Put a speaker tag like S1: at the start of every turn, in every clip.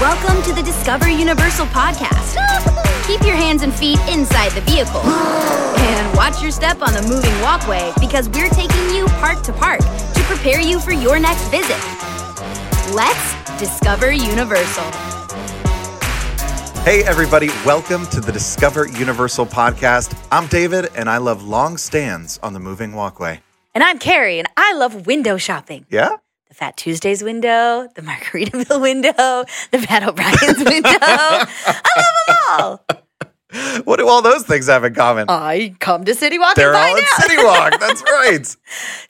S1: Welcome to the Discover Universal podcast. Keep your hands and feet inside the vehicle. And watch your step on the moving walkway because we're taking you park to park to prepare you for your next visit. Let's Discover Universal.
S2: Hey, everybody, welcome to the Discover Universal podcast. I'm David, and I love long stands on the moving walkway.
S3: And I'm Carrie, and I love window shopping.
S2: Yeah?
S3: The Fat Tuesdays window, the Margaritaville window, the Pat O'Brien's window. I love them all.
S2: What do all those things have in common?
S3: I come to City Walk
S2: They're
S3: and
S2: all
S3: find
S2: at
S3: out.
S2: City Walk. That's right.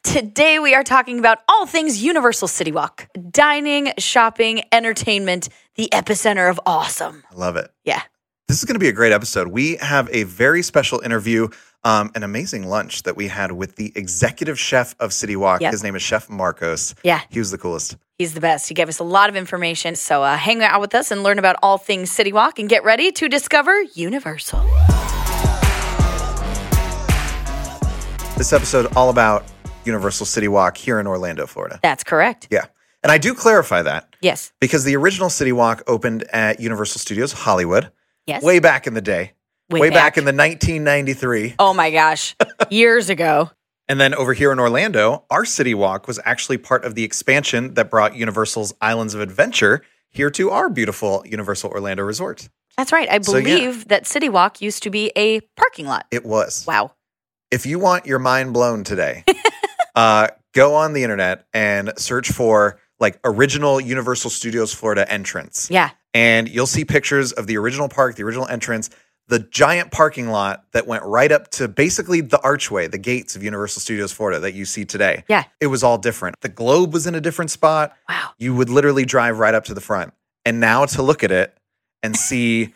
S3: Today we are talking about all things Universal City Walk. Dining, shopping, entertainment, the epicenter of awesome.
S2: I love it.
S3: Yeah.
S2: This is going to be a great episode. We have a very special interview, um, an amazing lunch that we had with the executive chef of City Walk.
S3: Yep.
S2: His name is Chef Marcos.
S3: Yeah.
S2: He was the coolest.
S3: He's the best. He gave us a lot of information. So uh, hang out with us and learn about all things City Walk and get ready to discover Universal.
S2: This episode all about Universal City Walk here in Orlando, Florida.
S3: That's correct.
S2: Yeah. And I do clarify that
S3: Yes.
S2: because the original City Walk opened at Universal Studios Hollywood
S3: Yes.
S2: way back in the day, way,
S3: Way
S2: back.
S3: back.
S2: in the 1993.
S3: Oh my gosh. Years ago.
S2: And then over here in Orlando, our City Walk was actually part of the expansion that brought Universal's Islands of Adventure here to our beautiful Universal Orlando Resort.
S3: That's right. I
S2: So, yeah.
S3: believe that City Walk used to be a parking lot.
S2: It was.
S3: Wow.
S2: If you want your mind blown today, uh, go on the internet and search for like original Universal Studios Florida entrance.
S3: Yeah.
S2: and you'll see pictures of the original park, the original entrance, the giant parking lot that went right up to basically the archway, the gates of Universal Studios Florida that you see today.
S3: Yeah.
S2: It was all different. The globe was in a different spot.
S3: Wow.
S2: You would literally drive right up to the front. And now to look at it and see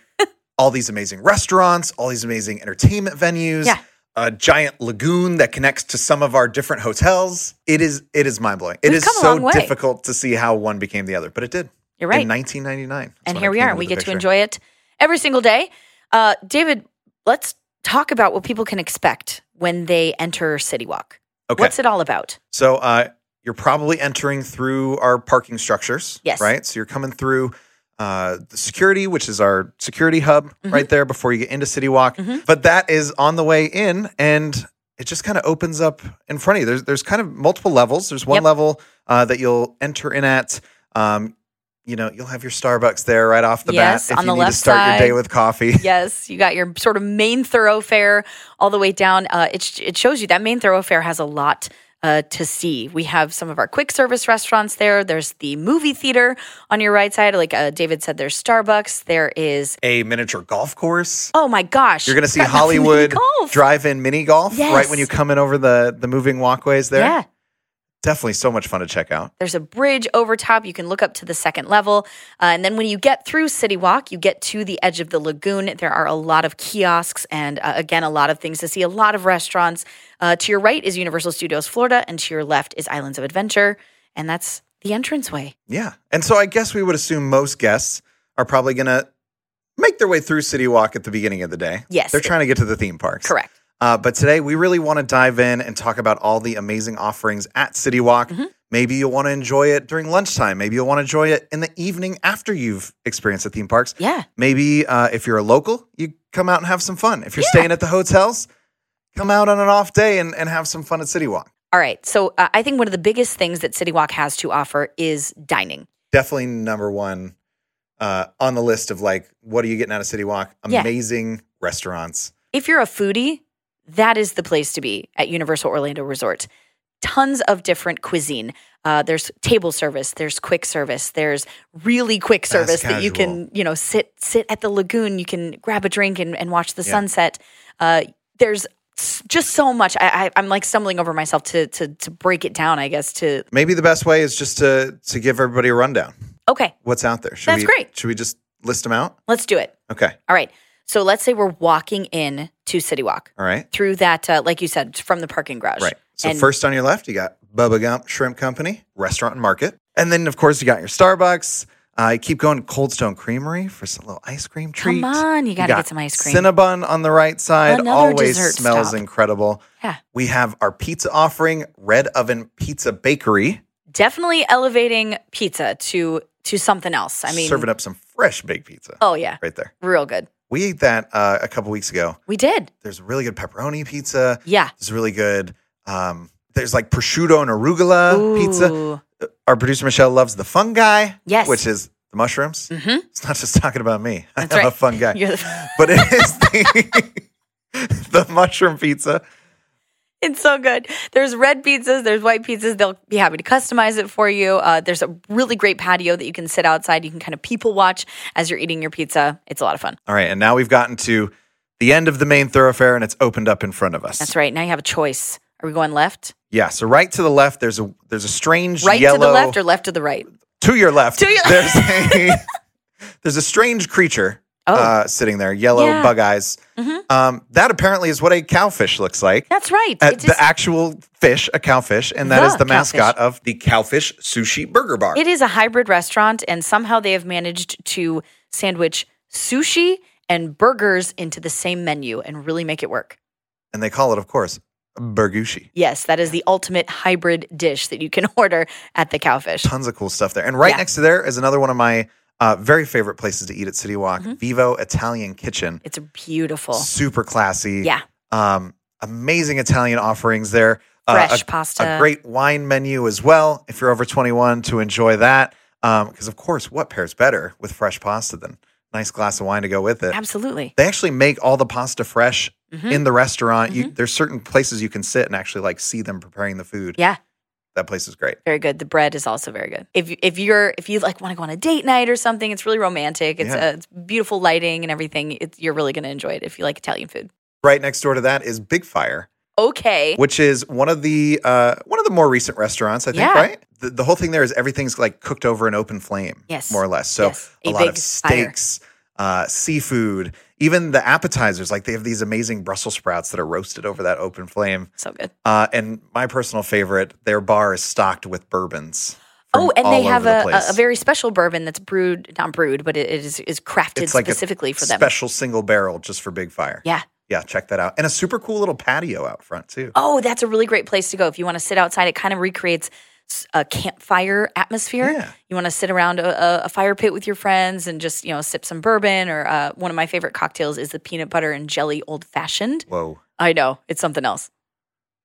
S2: all these amazing restaurants, all these amazing entertainment venues,
S3: Yeah.
S2: a giant lagoon that connects to some of our different hotels. It is it is mind blowing. It
S3: We've
S2: is
S3: come a long
S2: so
S3: way.
S2: difficult to see how one became the other, but it did
S3: You're right.
S2: in 1999. That's
S3: and
S2: when
S3: here
S2: I
S3: we
S2: came
S3: are.
S2: up
S3: And we
S2: with the
S3: get to
S2: picture.
S3: enjoy it every single day. Uh, David, let's talk about what people can expect when they enter City Walk.
S2: Okay.
S3: What's it all about?
S2: so uh, you're probably entering through our parking structures.
S3: Yes.
S2: Right. So you're coming through uh, the security, which is our security hub
S3: Mm-hmm.
S2: right there before you get into City Walk.
S3: Mhm.
S2: But that is on the way in, and it just kind of opens up in front of you. There's there's kind of multiple levels. There's one
S3: Yep.
S2: level uh, that you'll enter in at. Um, you know, you'll have your Starbucks there right off the
S3: Yes,
S2: bat if
S3: on
S2: you
S3: the
S2: need to
S3: left
S2: start your day
S3: side.
S2: with coffee.
S3: Yes, you got your sort of main thoroughfare all the way down. Uh, it, it shows you that main thoroughfare has a lot uh, to see. We have some of our quick service restaurants there. There's the movie theater on your right side. Like uh, David said, there's Starbucks. There is,
S2: A miniature golf course.
S3: oh my gosh.
S2: You're going to see
S3: Got nothing to
S2: Hollywood
S3: golf.
S2: drive-in mini golf right
S3: Yes.
S2: when you come in over the the moving walkways there.
S3: Yeah.
S2: Definitely so much fun to check out.
S3: There's a bridge over top. You can look up to the second level. Uh, and then when you get through City Walk, you get to the edge of the lagoon. There are a lot of kiosks and, uh, again, a lot of things to see, a lot of restaurants. Uh, to your right is Universal Studios Florida, and to your left is Islands of Adventure. And that's the entranceway.
S2: Yeah. And so I guess we would assume most guests are probably going to make their way through City Walk at the beginning of the day.
S3: Yes.
S2: They're trying to get to the theme parks.
S3: Correct.
S2: Uh, but today we really want to dive in and talk about all the amazing offerings at City Walk.
S3: Mm-hmm.
S2: Maybe you'll want to enjoy it during lunchtime. Maybe you'll want to enjoy it in the evening after you've experienced the theme parks.
S3: Yeah.
S2: Maybe uh, if you're a local, you come out and have some fun. If you're staying at the hotels, come out on an off day and, and have some fun at City Walk.
S3: All right. So uh, I think one of the biggest things that City Walk has to offer is dining.
S2: Definitely number one uh, on the list of like, what are you getting out of City Walk?
S3: Yeah.
S2: Amazing restaurants.
S3: If you're a foodie, that is the place to be at Universal Orlando Resort. Tons of different cuisine. Uh, there's table service. There's quick service. There's really quick service that you
S2: casual.
S3: can, you know, sit sit at the lagoon. You can grab a drink and, and watch the
S2: Yeah.
S3: sunset. Uh, there's s- just so much. I, I, I'm like stumbling over myself to to to break it down. I guess to
S2: Maybe the best way is just to to give everybody a rundown.
S3: okay,
S2: What's out there? Should
S3: That's
S2: we,
S3: great.
S2: Should we just list them out?
S3: let's do it.
S2: Okay.
S3: All right. So let's say we're walking in to City Walk
S2: All right.
S3: through that, uh, like you said, from the parking garage.
S2: Right. So
S3: And-
S2: first on your left, you got Bubba Gump Shrimp Company Restaurant and Market, and then of course you got your Starbucks. Uh, you keep going Cold Stone Creamery for some little ice cream treat.
S3: on, you gotta get some ice cream.
S2: Cinnabon on the right side
S3: Another
S2: always
S3: dessert
S2: smells
S3: stop.
S2: incredible.
S3: Yeah.
S2: We have our pizza offering, Red Oven Pizza Bakery.
S3: definitely elevating pizza to to something else. I mean,
S2: serving up some fresh baked pizza
S3: oh yeah,
S2: right there.
S3: real good.
S2: We ate that uh, a couple weeks ago.
S3: We did.
S2: There's really good pepperoni pizza.
S3: Yeah.
S2: There's really good. Um, there's like prosciutto and arugula pizza.
S3: Ooh.
S2: Our producer Michelle loves the fungi,
S3: Yes.
S2: which is the mushrooms.
S3: Mhm.
S2: It's not just talking about me.
S3: That's
S2: I'm a
S3: right.
S2: fun guy,
S3: You're the-
S2: but it is the, the mushroom pizza.
S3: it's so good. There's red pizzas, there's white pizzas. They'll be happy to customize it for you. Uh, there's a really great patio that you can sit outside. You can kind of people watch as you're eating your pizza. It's a lot of fun.
S2: All right, and now we've gotten to the end of the main thoroughfare, and it's opened up in front of us.
S3: That's right. Now you have a choice. Are we going left?
S2: Yeah, so right to the left, there's a there's a strange
S3: Right
S2: yellow
S3: to the left or left to the right?
S2: to your left.
S3: To your-
S2: there's a there's a strange creature
S3: Oh.
S2: uh, sitting there, yellow
S3: Yeah. Mm-hmm.
S2: bug eyes. Um, that apparently is what a cowfish looks like.
S3: That's right.
S2: Uh,
S3: it, is,
S2: the actual fish, a cowfish, and that
S3: The
S2: is the mascot
S3: cowfish.
S2: of the Cowfish Sushi Burger Bar.
S3: it is a hybrid restaurant, and somehow they have managed to sandwich sushi and burgers into the same menu and really make it work.
S2: and they call it, of course, burgushi.
S3: Yes, that is the ultimate hybrid dish that you can order at the Cowfish.
S2: Tons of cool stuff there. And right
S3: Yeah.
S2: next to there is another one of my uh, very favorite places to eat at City Walk,
S3: Mm-hmm.
S2: Vivo Italian Kitchen.
S3: It's beautiful.
S2: Super classy.
S3: Yeah,
S2: um, amazing Italian offerings there. Uh,
S3: fresh
S2: a,
S3: pasta.
S2: a great wine menu as well. If you're over 21 to enjoy that, because of course, what pairs better with fresh pasta than a nice glass of wine to go with it?
S3: Absolutely.
S2: They actually make all the pasta fresh
S3: Mhm.
S2: in the restaurant. You, there's certain places you can sit and actually like see them preparing the food.
S3: Yeah,
S2: That place is great.
S3: very good. The bread is also very good. If you- if you're if you like want to go on a date night or something, it's really romantic. It's
S2: Yeah.
S3: uh, it's beautiful lighting and everything. It's, you're really going to enjoy it if you like Italian food.
S2: Right next door to that is Big Fire,
S3: Okay.
S2: which is one of the uh, one of the more recent restaurants. I think
S3: Yeah.
S2: right. The, the whole thing there is everything's like cooked over an open flame.
S3: Yes.
S2: more or less. So
S3: Yes,
S2: a,
S3: a
S2: lot of
S3: big fire.
S2: steaks, uh, seafood, even the appetizers. Like they have these amazing Brussels sprouts that are roasted over that open flame.
S3: So good.
S2: Uh, and my personal favorite, their bar is stocked with bourbons. from
S3: Oh, and
S2: all
S3: they
S2: over
S3: have
S2: the
S3: a, a,
S2: place.
S3: a very special bourbon that's brewed, not brewed, but it, it is, is crafted
S2: It's like a
S3: specifically for them.
S2: special single barrel just for Big Fire.
S3: Yeah.
S2: Yeah, check that out. And a super cool little patio out front too.
S3: Oh, that's a really great place to go if you want to sit outside. It kind of recreates s- a campfire atmosphere.
S2: Yeah.
S3: You want to sit around a, a, a fire pit with your friends and just you know sip some bourbon. Or uh, one of my favorite cocktails is the peanut butter and jelly old fashioned.
S2: Whoa.
S3: I know it's something else.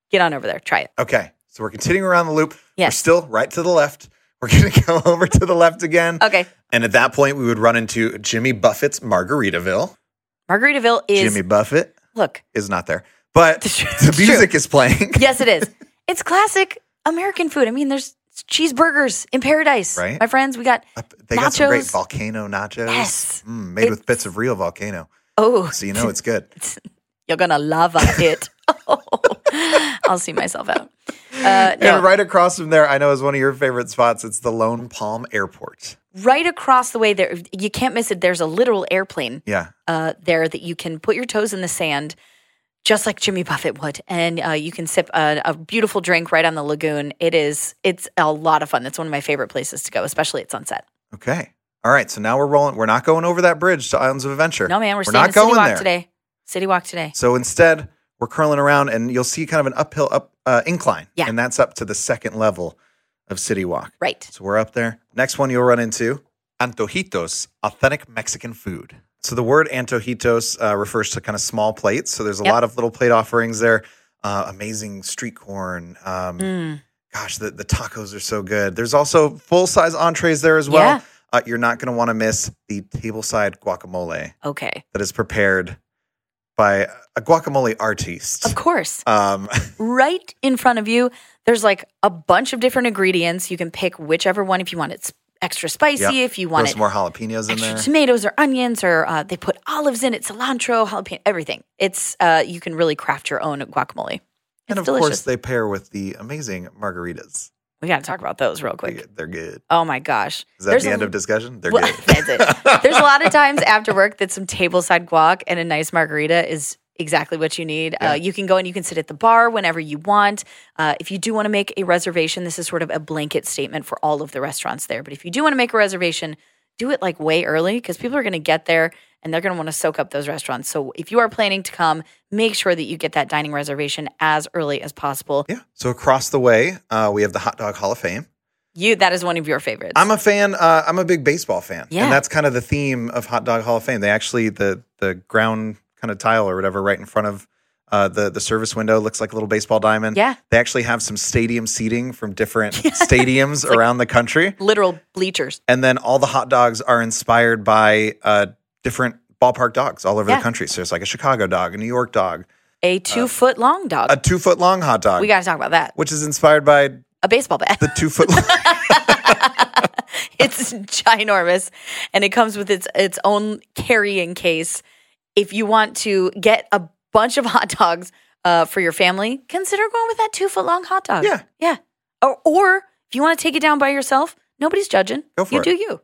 S3: Get on over there, try it.
S2: Okay. So we're continuing around the loop. We're
S3: Yes.
S2: still right to the left. We're going to go over to the left again.
S3: Okay,
S2: And at that point, we would run into Jimmy Buffett's Margaritaville.
S3: Margaritaville is
S2: Jimmy Buffett
S3: look.
S2: is not there, but
S3: It's
S2: the
S3: true.
S2: music is playing.
S3: Yes, it is. it's classic American food. I mean, there's cheeseburgers in paradise,
S2: Right.
S3: My friends, we got
S2: They got some great
S3: Nachos.
S2: volcano nachos.
S3: Yes.
S2: Mm, made with bits of real volcano.
S3: oh,
S2: So you know it's good.
S3: You're gonna lava it. I'll see myself out. Uh, no,
S2: And
S3: right-,
S2: right across from there, I know is one of your favorite spots. It's the Lone Palm Airport.
S3: across the way there, you can't miss it. There's a literal airplane
S2: Yeah.
S3: uh, there that you can put your toes in the sand, just like Jimmy Buffett would, and uh, you can sip a, a beautiful drink right on the lagoon. It is, it's a lot of fun. That's one of my favorite places to go, especially at sunset.
S2: Okay. All right. So now we're rolling. We're not going over that bridge to Islands of Adventure.
S3: No man, we're, staying
S2: not
S3: at City
S2: going
S3: Walk
S2: there.
S3: today. City Walk today.
S2: So instead, we're curling around and you'll see kind of an uphill up uh, incline.
S3: Yeah.
S2: And that's up to the second level of City Walk.
S3: Right.
S2: So we're up there. Next one you'll run into antojitos, authentic Mexican food. So the word antojitos uh, refers to kind of small plates. So there's a
S3: Yep.
S2: lot of little plate offerings there. Uh, amazing street corn. Um,
S3: Mm.
S2: Gosh, the, the tacos are so good. There's also full size entrees there as well.
S3: Yeah.
S2: Uh, you're not going to want to miss the tableside guacamole
S3: Okay.
S2: that is prepared by a guacamole artiste.
S3: Of course.
S2: Um,
S3: right in front of you. There's like a bunch of different ingredients. You can pick whichever one if you want it s- extra spicy,
S2: Yep.
S3: if you
S2: throw
S3: want it
S2: some more jalapenos in
S3: extra
S2: there.
S3: tomatoes or onions, or uh, they put olives in it, cilantro, jalapeno, everything. It's uh, you can really craft your own guacamole.
S2: And
S3: It's
S2: of
S3: delicious.
S2: course, they pair with the amazing margaritas.
S3: we got to talk about those real quick.
S2: They- They're good.
S3: Oh my gosh!
S2: Is that
S3: There's
S2: the
S3: a
S2: end
S3: l-
S2: of discussion? They're
S3: Well,
S2: good.
S3: that's it. There's a lot of times after work that some tableside guac and a nice margarita is exactly what you need.
S2: Yeah.
S3: Uh, you can go and you can sit at the bar whenever you want. Uh, if you do want to make a reservation, this is sort of a blanket statement for all of the restaurants there. But if you do want to make a reservation, do it like way early because people are going to get there and they're going to want to soak up those restaurants. So if you are planning to come, make sure that you get that dining reservation as early as possible.
S2: Yeah. So across the way, uh, we have the Hot Dog Hall of Fame.
S3: You that is one of your favorites.
S2: I'm a fan. Uh, I'm a big baseball fan,
S3: Yeah.
S2: and that's kind of the theme of Hot Dog Hall of Fame. They actually the the ground kind of tile or whatever right in front of uh, the the service window looks like a little baseball diamond.
S3: Yeah.
S2: they actually have some stadium seating from different stadiums around the country,
S3: Literal bleachers.
S2: and then all the hot dogs are inspired by uh, different ballpark dogs all over
S3: Yeah.
S2: the country. So it's like a Chicago dog, a New York dog,
S3: A two foot long dog.
S2: Uh, a two foot long hot dog,
S3: we got to talk about that.
S2: which is inspired by
S3: A baseball bat.
S2: the two foot. long-
S3: it's ginormous and it comes with its its own carrying case. If you want to get a bunch of hot dogs uh, for your family, consider going with that two foot long hot dog.
S2: Yeah.
S3: Yeah. Or, or if you want to take it down by yourself, nobody's judging.
S2: Go for
S3: you
S2: it.
S3: do you.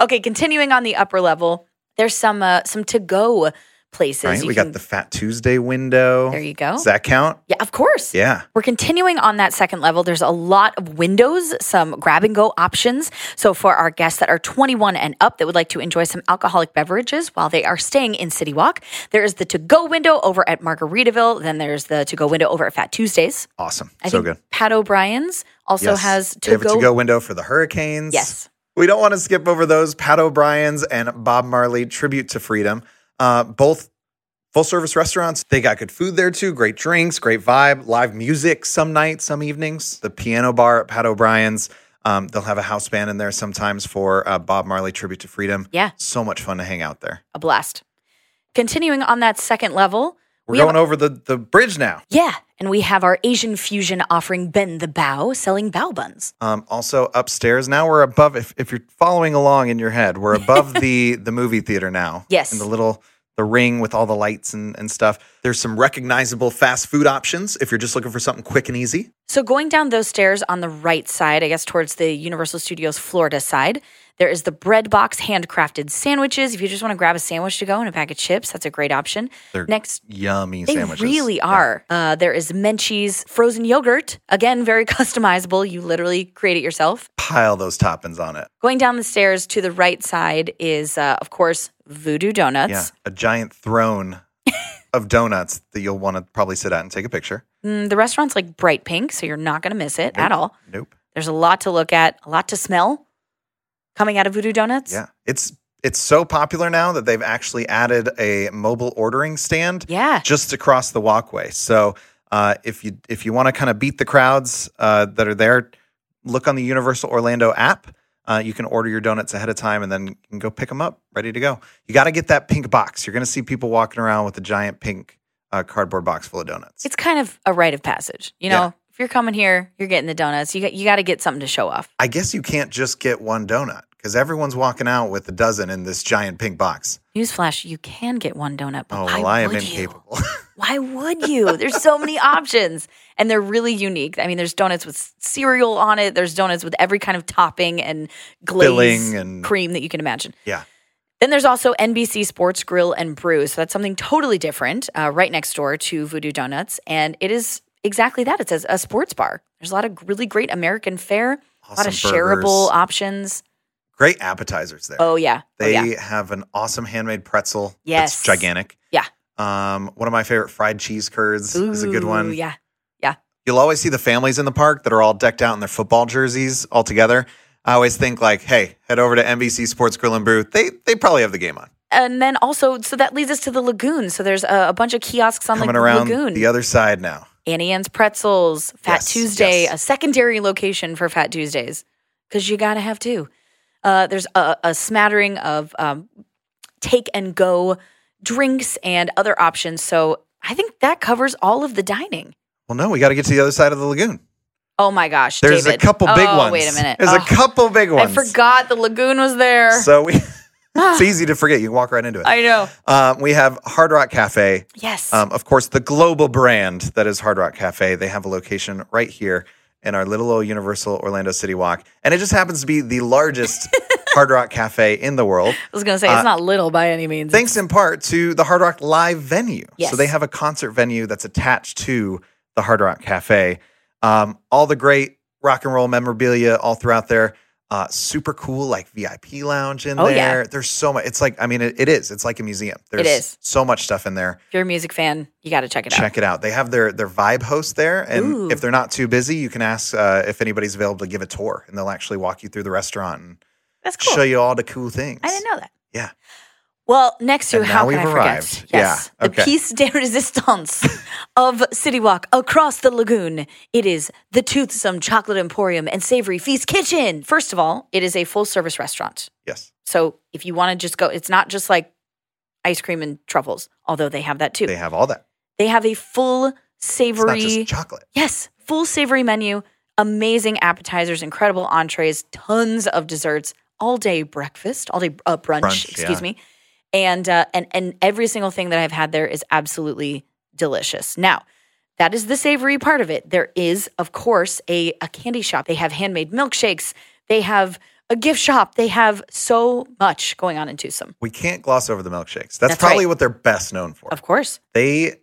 S3: Okay, continuing on the upper level, there's some uh, some to go places.
S2: right,
S3: You
S2: we
S3: can-
S2: got the Fat Tuesday window.
S3: There you go.
S2: Does that count?
S3: yeah, of course.
S2: Yeah.
S3: We're continuing on that second level. There's a lot of windows, some grab and go options. So, for our guests that are 21 and up that would like to enjoy some alcoholic beverages while they are staying in City Walk, there is the to go window over at Margaritaville. Then there's the to go window over at Fat Tuesdays.
S2: Awesome.
S3: I
S2: so
S3: think
S2: good.
S3: Pat O'Brien's also
S2: Yes.
S3: has
S2: They
S3: to
S2: have a
S3: go.
S2: to-go window for the Hurricanes.
S3: Yes.
S2: We don't want to skip over those Pat O'Brien's and Bob Marley tribute to freedom. Uh, both full service restaurants. They got good food there too. Great drinks, great vibe, live music some nights, some evenings. The piano bar at Pat O'Brien's. Um, they'll have a house band in there sometimes for uh, Bob Marley tribute to freedom.
S3: Yeah.
S2: So much fun to hang out there.
S3: A blast. Continuing on that second level,
S2: We're
S3: we have
S2: going over the, the bridge now.
S3: Yeah, and we have our Asian fusion offering Ben the Bao selling bao buns.
S2: Um, also upstairs now we're above. If, if you're following along in your head, we're above the the movie theater now.
S3: Yes.
S2: in the little the ring with all the lights and, and stuff. There's some recognizable fast food options if you're just looking for something quick and easy.
S3: So going down those stairs on the right side, I guess towards the Universal Studios Florida side, there is the bread box handcrafted sandwiches. If you just want to grab a sandwich to go and a bag of chips, that's a great option. Next
S2: Yummy
S3: they
S2: sandwiches.
S3: really are. Uh, there is Menchie's frozen yogurt. Again, very customizable. You literally create it yourself.
S2: Pile those toppings on it.
S3: Going down the stairs to the right side is, uh, of course, Voodoo Donuts.
S2: Yeah, a giant throne of donuts that you'll want to probably sit at and take a picture.
S3: Mm, the restaurant's like bright pink, so you're not going to miss it at all.
S2: Nope.
S3: There's a lot to look at, a lot to smell coming out of Voodoo Donuts.
S2: Yeah, it's it's so popular now that they've actually added a mobile ordering stand.
S3: Yeah.
S2: just across the walkway. So uh, if you if you want to kind of beat the crowds uh, that are there, look on the Universal Orlando app. Uh, you can order your donuts ahead of time and then you can go pick them up, ready to go. You got to get that pink box. You're going to see people walking around with a giant pink uh, cardboard box full of donuts.
S3: It's kind of a rite of passage. You know,
S2: Yeah.
S3: if you're coming here, you're getting the donuts. You got, you got to get something to show off.
S2: I guess you can't just get one donut because everyone's walking out with a dozen in this giant pink box.
S3: Newsflash, you can get one donut, but
S2: Oh,
S3: why
S2: well, I am
S3: would you?
S2: incapable.
S3: Why would you? There's so many options and they're really unique. I mean, there's donuts with cereal on it. There's donuts with every kind of topping and glaze
S2: Filling and-
S3: cream that you can imagine.
S2: yeah.
S3: Then there's also NBC Sports Grill and Brew. So that's something totally different, uh, right next door to Voodoo Donuts. And it is exactly that it's a, a sports bar. There's a lot of really great American fare, a lot of
S2: Awesome
S3: shareable uh,
S2: burgers.
S3: options.
S2: Great appetizers there.
S3: Oh, yeah.
S2: They
S3: oh, yeah.
S2: have an awesome handmade pretzel.
S3: Yes.
S2: That's gigantic.
S3: Yeah.
S2: Um, one of my favorite fried cheese curds is a good
S3: Ooh,
S2: one.
S3: Yeah.
S2: You'll always see the families in the park that are all decked out in their football jerseys all together. I always think like, hey, head over to NBC Sports Grill and Brew. They they probably have the game on.
S3: And then also, so that leads us to the lagoon. So there's a, a bunch of kiosks on
S2: Coming
S3: the
S2: around
S3: lagoon.
S2: the other side now.
S3: Annie Ann's Pretzels, Fat
S2: Yes,
S3: Tuesday,
S2: yes.
S3: a secondary location for Fat Tuesdays, because you got to have two. Uh, there's a, a smattering of um, take and go drinks and other options. So I think that covers all of the dining.
S2: Well, no, we got to get to the other side of the lagoon.
S3: Oh my gosh.
S2: There's
S3: David.
S2: a couple big
S3: oh,
S2: ones.
S3: Wait a minute.
S2: There's
S3: Oh,
S2: a couple big
S3: I
S2: ones.
S3: forgot the lagoon was there.
S2: So we, it's easy to forget. You can walk right into it.
S3: I know.
S2: um, we have Hard Rock Cafe.
S3: Yes.
S2: Um, of course, the global brand that is Hard Rock Cafe, they have a location right here in our little old Universal Orlando City Walk. And it just happens to be the largest Hard Rock Cafe in the world,
S3: I was going to say,
S2: uh,
S3: it's not little by any means.
S2: thanks in part to the Hard Rock Live venue.
S3: Yes.
S2: So they have a concert venue that's attached to the Hard Rock Cafe. Um, all the great rock and roll memorabilia all throughout there. Uh, super cool, like VIP lounge in
S3: Oh, yeah.
S2: there. There's so much. It's like, I mean, it, it is. It's like a museum. There's
S3: is.
S2: so much stuff in there.
S3: If you're a music fan, you got to check it out.
S2: Check it out. They have their their vibe host there, and
S3: Ooh.
S2: if they're not too busy, you can ask uh, if anybody's available to give a tour, and they'll actually walk you through the restaurant and
S3: That's cool.
S2: show you all the cool things.
S3: I didn't know that.
S2: Yeah.
S3: Well, next to
S2: And
S3: how
S2: now
S3: can I
S2: we've
S3: forget?
S2: arrived. Yeah,
S3: the
S2: okay.
S3: piece de resistance of City Walk across the lagoon. It is the Toothsome Chocolate Emporium and Savory Feast Kitchen. First of all, it is a full service restaurant.
S2: Yes,
S3: So if you want to just go, it's not just like ice cream and truffles, although they have that too.
S2: they have all that.
S3: They have a full
S2: It's not
S3: savory
S2: just chocolate.
S3: Yes, full savory menu, amazing appetizers, incredible entrees, tons of desserts, all day breakfast, all day uh, brunch,
S2: Brunch,
S3: excuse
S2: yeah.
S3: me, and uh, and and every single thing that I've had there is absolutely delicious. Now. That is the savory part of it. There is, of course, a, a candy shop. They have handmade milkshakes. They have a gift shop. They have so much going on in Tucson.
S2: We can't gloss over the milkshakes. That's,
S3: That's
S2: probably
S3: right.
S2: what they're best known for.
S3: Of course.
S2: They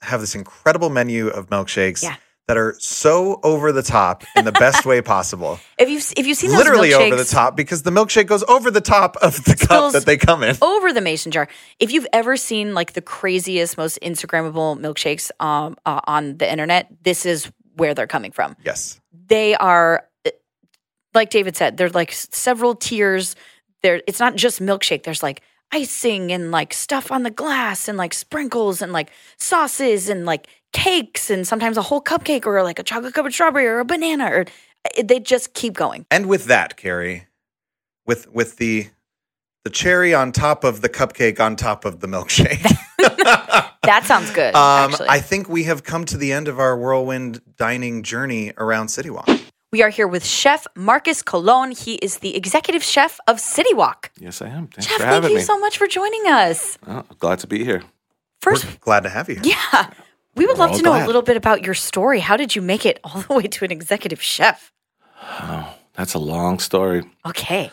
S2: have this incredible menu of milkshakes
S3: Yeah.
S2: that are so over the top in the best way possible.
S3: If you've if you've seen those
S2: Literally
S3: milkshakes,
S2: over the top because the milkshake goes over the top of the cup
S3: Spills
S2: that they come in.
S3: over the mason jar. If you've ever seen like the craziest, most Instagrammable milkshakes um, uh, on the internet, this is where they're coming from.
S2: Yes.
S3: They are, uh, like David said, they're like s- several tiers. There, it's not just milkshake. There's like icing and like stuff on the glass and like sprinkles and like sauces and like cakes and sometimes a whole cupcake or like a chocolate covered strawberry or a banana or uh, they just keep going.
S2: And with that, Carrie, with with the the cherry on top of the cupcake on top of the milkshake.
S3: That sounds good.
S2: um,
S3: actually.
S2: I think we have come to the end of our whirlwind dining journey around City Walk.
S3: We are here with Chef Marcus Colon. He is the executive chef of City Walk.
S4: Yes, I am. Thanks
S3: Chef,
S4: for
S3: thank
S4: having
S3: you
S4: me.
S3: so much for joining us.
S4: Oh, glad to be here.
S2: We're
S3: First,
S2: glad to have you. here.
S3: yeah, we would
S4: We're
S3: love
S4: all
S3: to know a
S4: glad.
S3: little bit about your story. How did you make it all the way to an executive chef?
S4: That's a long story.
S3: Okay.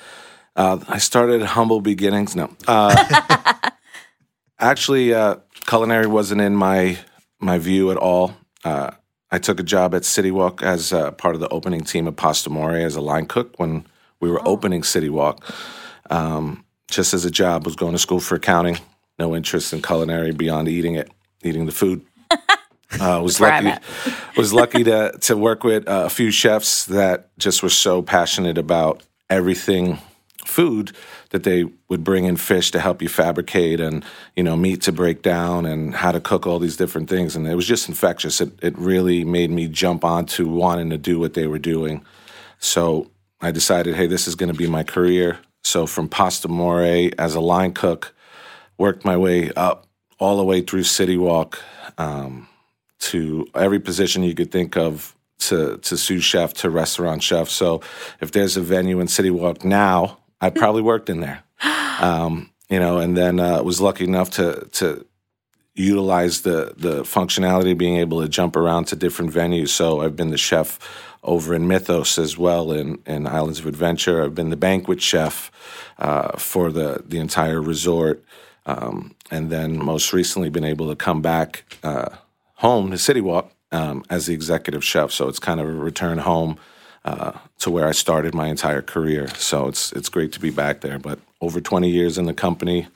S4: Uh, I started humble beginnings. No, uh, actually, uh, culinary wasn't in my my view at all. Uh, I took a job at City Walk as uh, part of the opening team at Pasta More as a line cook when we were
S3: Oh.
S4: opening City Walk. Um, just as a job, was going to school for accounting. No interest in culinary beyond eating it, eating the food. Uh, was
S3: where I'm
S4: lucky. was lucky to to work with uh, a few chefs that just were so passionate about everything food that they would bring in fish to help you fabricate and you know meat to break down and how to cook all these different things and it was just infectious it, it really made me jump onto wanting to do what they were doing so i decided hey this is going to be my career so from pasta more as a line cook worked my way up all the way through city walk um, to every position you could think of to to sous chef to restaurant chef. So if there's a venue in City Walk now, I probably worked in there. Um, you know, and then uh, was lucky enough to to utilize the the functionality, being able to jump around to different venues. So I've been the chef over in Mythos as well in, in Islands of Adventure. I've been the banquet chef uh, for the the entire resort, um, and then most recently been able to come back uh, home to City Walk um, as the executive chef. So it's kind of a return home. Uh, to where I started my entire career, so it's it's great to be back there. But over 20 years in the company,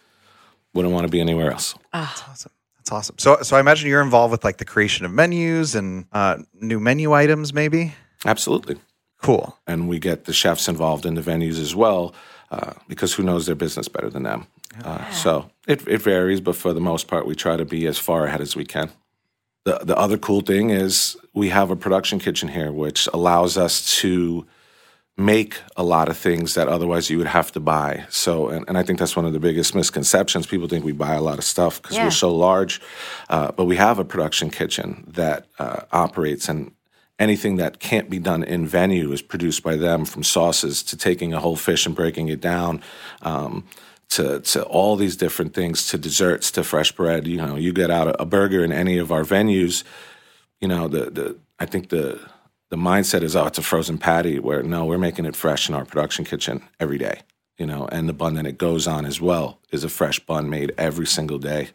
S4: wouldn't want to be anywhere else.
S2: That's awesome. That's awesome. So, so I imagine you're involved with like the creation of menus and uh, new menu items, maybe.
S4: Absolutely.
S2: Cool.
S4: and we get the chefs involved in the venues as well, uh, because who knows their business better than them? Uh, so it, it varies, but for the most part, we try to be as far ahead as we can. The, the other cool thing is we have a production kitchen here, which allows us to make a lot of things that otherwise you would have to buy. So, and, and I think that's one of the biggest misconceptions. People think we buy a lot of stuff because
S3: Yeah.
S4: we're so large, uh, but we have a production kitchen that uh, operates and anything that can't be done in venue is produced by them from sauces to taking a whole fish and breaking it down um, to, to all these different things to desserts to fresh bread you know you get out a, a burger in any of our venues you know the, the i think the the mindset is oh it's a frozen patty where no we're making it fresh in our production kitchen every day you know and the bun that it goes on as well is a fresh bun made every single day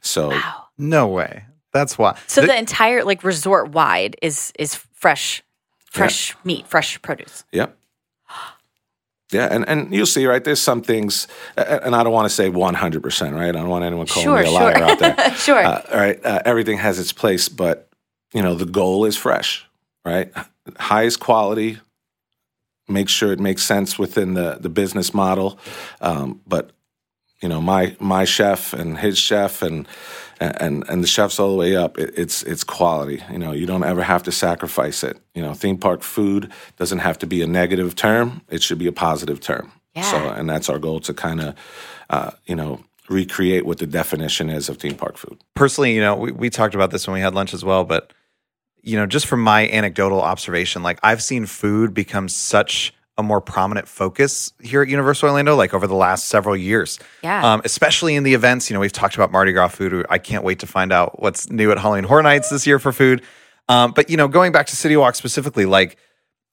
S4: so
S2: No way. That's why.
S3: So
S2: Th-
S3: the entire like resort wide is is fresh, fresh meat, fresh produce.
S4: Yep. Yeah, and, and you'll see, right? There's some things, a- and I don't want to say 100%, right? I don't want anyone calling
S3: Sure,
S4: me a liar
S3: sure.
S4: out there.
S3: Sure.
S4: Uh, all right, uh, everything has its place, but, you know, the goal is fresh, right? Highest quality, make sure it makes sense within the, the business model. Um, but, you know, my my chef and his chef and and and the chefs all the way up, it, it's it's quality. You know, you don't ever have to sacrifice it. You know, theme park food doesn't have to be a negative term; it should be a positive term. So,
S3: Yeah.
S4: and that's our goal to kind of, uh, you know, recreate what the definition is of theme park food.
S2: personally, you know, we, we talked about this when we had lunch as well, but you know, just from my anecdotal observation, like I've seen food become such a more prominent focus here at Universal Orlando, like over the last several years.
S3: Yeah.
S2: Um, especially in the events, you know, we've talked about Mardi Gras food. I can't wait to find out what's new at Halloween Horror Nights this year for food. Um, but you know, going back to City Walk specifically, like,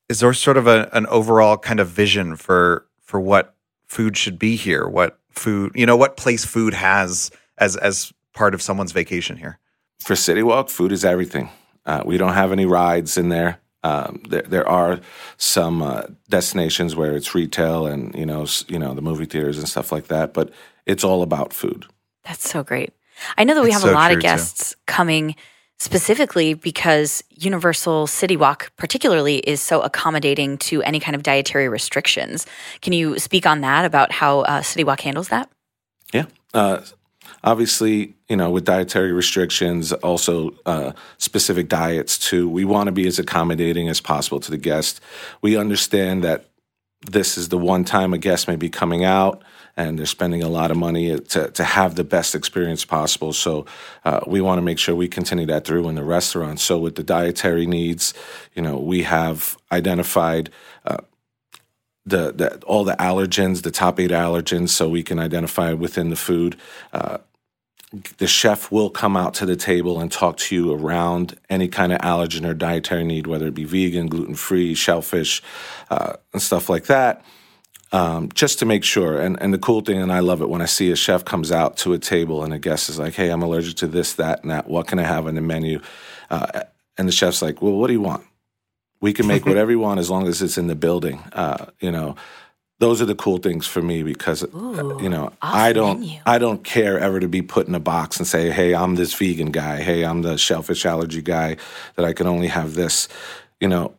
S2: is there sort of a, an overall kind of vision for for what food should be here? What food, you know, what place food has as as part of someone's vacation here?
S4: for City Walk, food is everything. Uh, we don't have any rides in there. Um, there, there are some uh, destinations where it's retail and you know, s- you know, the movie theaters and stuff like that. But it's all about food.
S3: That's so great. I know that we
S2: It's
S3: have a
S2: so
S3: lot of
S2: true, too.
S3: guests coming specifically because Universal City Walk, particularly, is so accommodating to any kind of dietary restrictions. Can you speak on that about how uh, City Walk handles that?
S4: Yeah. Uh, obviously, you know, with dietary restrictions, also uh, specific diets too. We want to be as accommodating as possible to the guest. We understand that this is the one time a guest may be coming out and they're spending a lot of money to, to have the best experience possible. So uh, we want to make sure we continue that through in the restaurant. So with the dietary needs, you know, we have identified uh, the, the all the allergens, the top eight allergens, so we can identify within the food. Uh, the chef will come out to the table and talk to you around any kind of allergen or dietary need, whether it be vegan, gluten free, shellfish, uh, and stuff like that um, just to make sure. And and the cool thing, and I love it when I see a chef comes out to a table and a guest is like, "Hey, I'm allergic to this, that, and that. What can I have on the menu?" Uh, and the chef's like, "Well, what do you want? We can make whatever you want as long as it's in the building." Uh, you know, those are the cool things for me because uh, you know I don't
S3: menu.
S4: I don't care ever to be put in a box and say, "Hey, I'm this vegan guy. Hey, I'm the shellfish allergy guy that I can only have this." You know,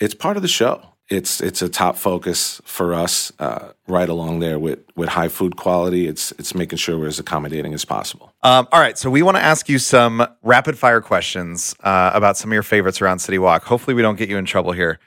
S4: it's part of the show. It's it's a top focus for us, uh, right along there with with high food quality. It's it's making sure we're as accommodating as possible.
S2: Um, all right, so we want to ask you some rapid fire questions uh, about some of your favorites around City Walk. Hopefully, we don't get you in trouble here.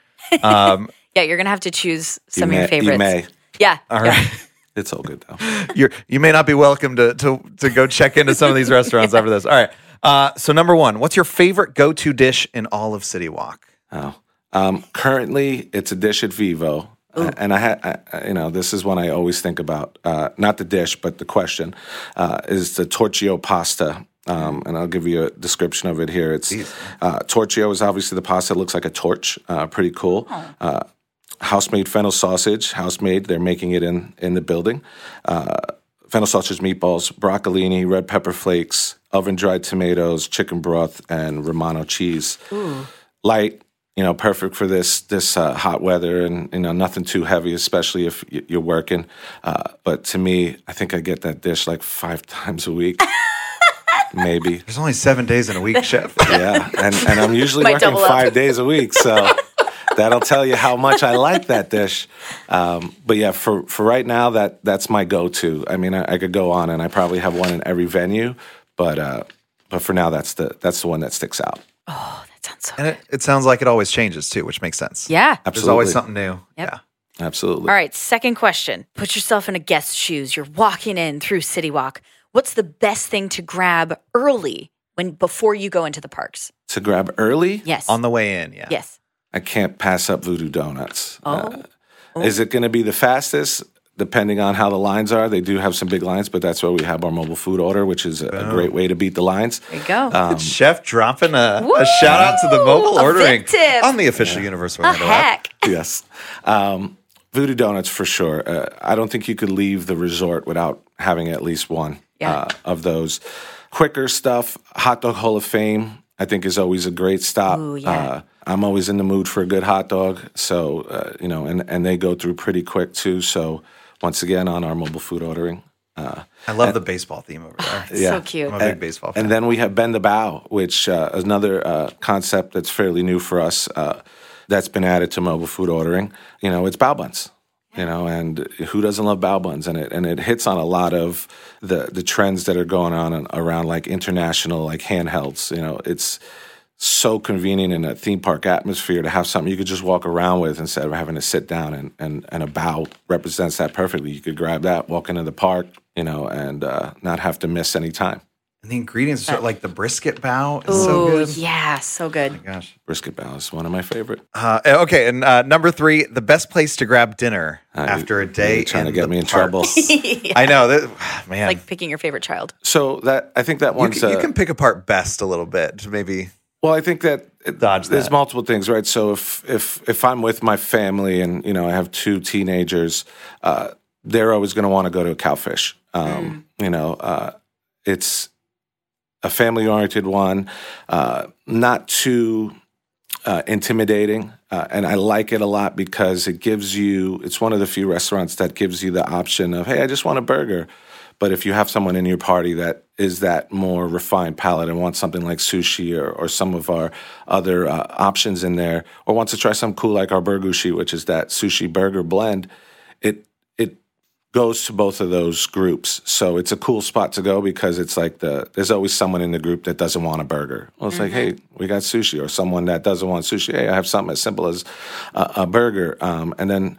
S2: Um,
S3: Yeah, you're going to have to choose
S4: You
S3: some of
S4: may-
S3: your favorites.
S4: You may.
S3: Yeah.
S2: all
S3: yeah.
S2: right,
S4: It's all good though.
S2: You're, you may not be welcome to to to go check into some of these restaurants after this. All right. Uh, so number one, what's your favorite go to dish in all of City Walk?
S4: Oh. Um, currently, it's a dish at Vivo, Uh, and I, ha- I, you know, this is one I always think about. Uh, not the dish, but the question uh, is the torchio pasta. Um, and I'll give you a description of it here. It's uh, torchio is obviously the pasta. It looks like a torch. Uh, pretty cool. Uh, house-made fennel sausage. House-made. They're making it in in the building. Uh, fennel sausage meatballs, broccolini, red pepper flakes, oven dried tomatoes, chicken broth, and Romano cheese. Light, you know, perfect for this this uh, hot weather, and you know, nothing too heavy, especially if y- you're working. Uh, but to me, I think I get that dish like five times a week, maybe.
S2: There's only seven days in a week, Chef.
S4: Yeah, and and I'm usually
S3: Might
S4: working
S3: double up.
S4: five days a week, so that'll tell you how much I like that dish. Um, but yeah, for for right now, that that's my go-to. I mean, I, I could go on, and I probably have one in every venue, but uh, but for now, that's the that's the one that sticks out.
S3: That sounds so
S2: And it, it sounds like it always changes too, which makes sense.
S3: Yeah.
S2: There's
S4: Absolutely,
S2: always something new. Yeah.
S4: Absolutely.
S3: All right, second question. Put yourself in a guest's shoes. You're walking in through City Walk. What's the best thing to grab early when before you go into the parks?
S4: To grab early,
S3: Yes.
S2: On the way in, yeah.
S3: yes.
S4: I can't pass up Voodoo Donuts.
S3: Oh.
S4: Uh, Is it going to be the fastest? Depending on how the lines are, they do have some big lines, but that's where we have our mobile food order, which is a, a great way to beat the lines.
S3: There you go.
S2: Oh, Um, Chef dropping a, a shout out to the mobile
S3: A
S2: ordering
S3: victim.
S2: on the official Universal
S3: the
S2: Orlando app.
S3: heck.
S4: yes. Um, Voodoo Donuts for sure. Uh, I don't think you could leave the resort without having at least one
S3: Yeah.
S4: uh, of those. Quicker stuff, Hot Dog Hall of Fame, I think is always a great stop.
S3: Ooh, yeah.
S4: Uh, I'm always in the mood for a good hot dog. So, uh, you know, and, and they go through pretty quick too. So, once again, on our mobile food ordering. Uh,
S2: I love the baseball theme over there.
S4: yeah.
S3: So cute.
S2: I'm a big baseball fan.
S4: Eh, And then we have Bend the Bow, which uh, is another uh, concept that's fairly new for us uh, that's been added to mobile food ordering. You know, it's bow buns. You know, and who doesn't love bow buns? And it and it hits on a lot of the the trends that are going on and around like international like handhelds. You know, it's so convenient in a theme park atmosphere to have something you could just walk around with instead of having to sit down and, and, and a bow represents that perfectly. You could grab that, walk into the park, you know, and uh, not have to miss any time.
S2: And the ingredients are like the brisket bow is so
S3: Ooh,
S2: good.
S3: yeah, so good.
S4: Oh
S2: Gosh.
S4: Brisket bow is one of my favorite.
S2: Uh, okay, and uh, number three, the best place to grab dinner
S4: Uh,
S2: after a
S4: you're
S2: day.
S4: trying to
S2: in
S4: get
S2: the
S4: me in
S2: park.
S4: trouble.
S2: I know that man.
S3: Like picking your favorite child.
S4: so that I think that
S2: you,
S4: one's
S2: can, you
S4: uh,
S2: can pick apart best a little bit, to maybe.
S4: Well, I think that it-
S2: Dodge
S4: there's
S2: that.
S4: multiple things, right? So if if if I'm with my family and you know I have two teenagers, uh, they're always going to want to go to a cowfish. Um,
S2: Mm.
S4: You know, uh, it's a family oriented one, uh, not too uh, intimidating, uh, and I like it a lot because it gives you. It's one of the few restaurants that gives you the option of, hey, I just want a burger. But if you have someone in your party that is that more refined palate and wants something like sushi or, or some of our other uh, options in there, or wants to try something cool like our burgushi, which is that sushi burger blend, it it goes to both of those groups. So it's a cool spot to go because it's like the there's always someone in the group that doesn't want a burger. Well, it's like, hey, we got sushi, or someone that doesn't want sushi. Hey, I have something as simple as a, a burger, um, and then.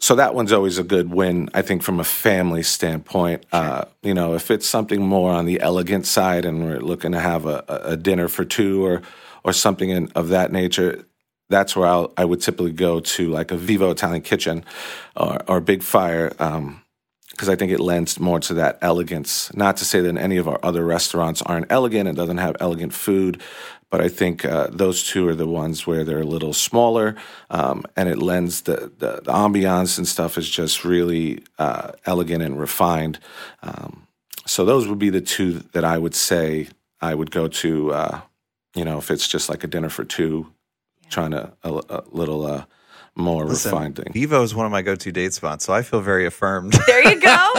S4: So that one's always a good win, I think, from a family standpoint. Uh, you know, if it's something more on the elegant side, and we're looking to have a, a a dinner for two or or something in, of that nature, that's where I'll, I would typically go to like a Vivo Italian Kitchen or, or Big Fire Um, because I think it lends more to that elegance. Not to say that any of our other restaurants aren't elegant and doesn't have elegant food, but I think uh, those two are the ones where they're a little smaller um, and it lends the, the, the ambiance and stuff is just really uh, elegant and refined. Um, so those would be the two that I would say I would go to. Uh, you know, if it's just like a dinner for two, trying to a, a little uh, more refined thing.
S2: Vivo is one of my go-to date spots, so I feel very affirmed.
S3: There you go.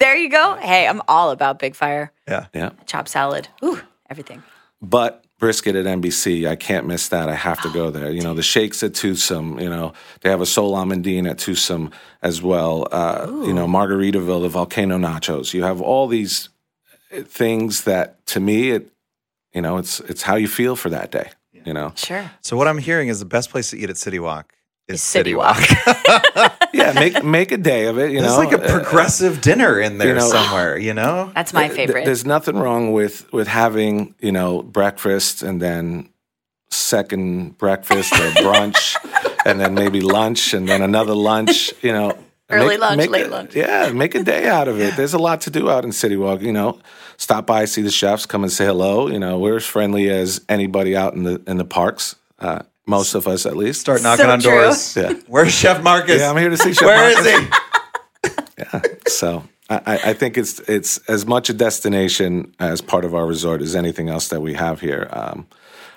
S3: there you go. Hey, I'm all about Big Fire.
S2: yeah.
S4: Yeah.
S3: Chop salad. Ooh, everything.
S4: but brisket at NBC, I can't miss that. I have to go there. You know, the shakes at Twosome, you know, they have a Sol Amandine at Twosome as well. Uh, you know, Margaritaville, the volcano nachos. You have all these uh, things that to me it you know, it's it's how you feel for that day. You know,
S3: Sure.
S2: So what I'm hearing is the best place to eat at City Walk is
S3: City
S2: City Walk.
S3: Walk.
S4: yeah, make make a day of it. You
S2: There's
S4: know,
S2: like a
S4: Uh,
S2: progressive dinner in there
S4: know-
S2: somewhere, you know?
S3: That's my
S4: th-
S3: favorite.
S4: There's nothing wrong with with having you know breakfast and then second breakfast or brunch, and then maybe lunch and then another lunch. You know,
S3: Early lunch,
S4: make
S3: late
S4: a-
S3: lunch.
S4: Yeah, make a day out of it. There's a lot to do out in City Walk. You know, stop by, see the chefs, come and say hello. You know, we're as friendly as anybody out in the in the parks. Uh, most of us, at least.
S2: Start knocking
S3: So
S2: on
S3: true.
S2: doors.
S4: Yeah.
S2: Where's Chef Marcus?
S4: Yeah, I'm here to see Chef
S2: Where is
S4: Marcus.
S2: he?
S4: So I, I I think it's it's as much a destination as part of our resort as anything else that we have here. Um,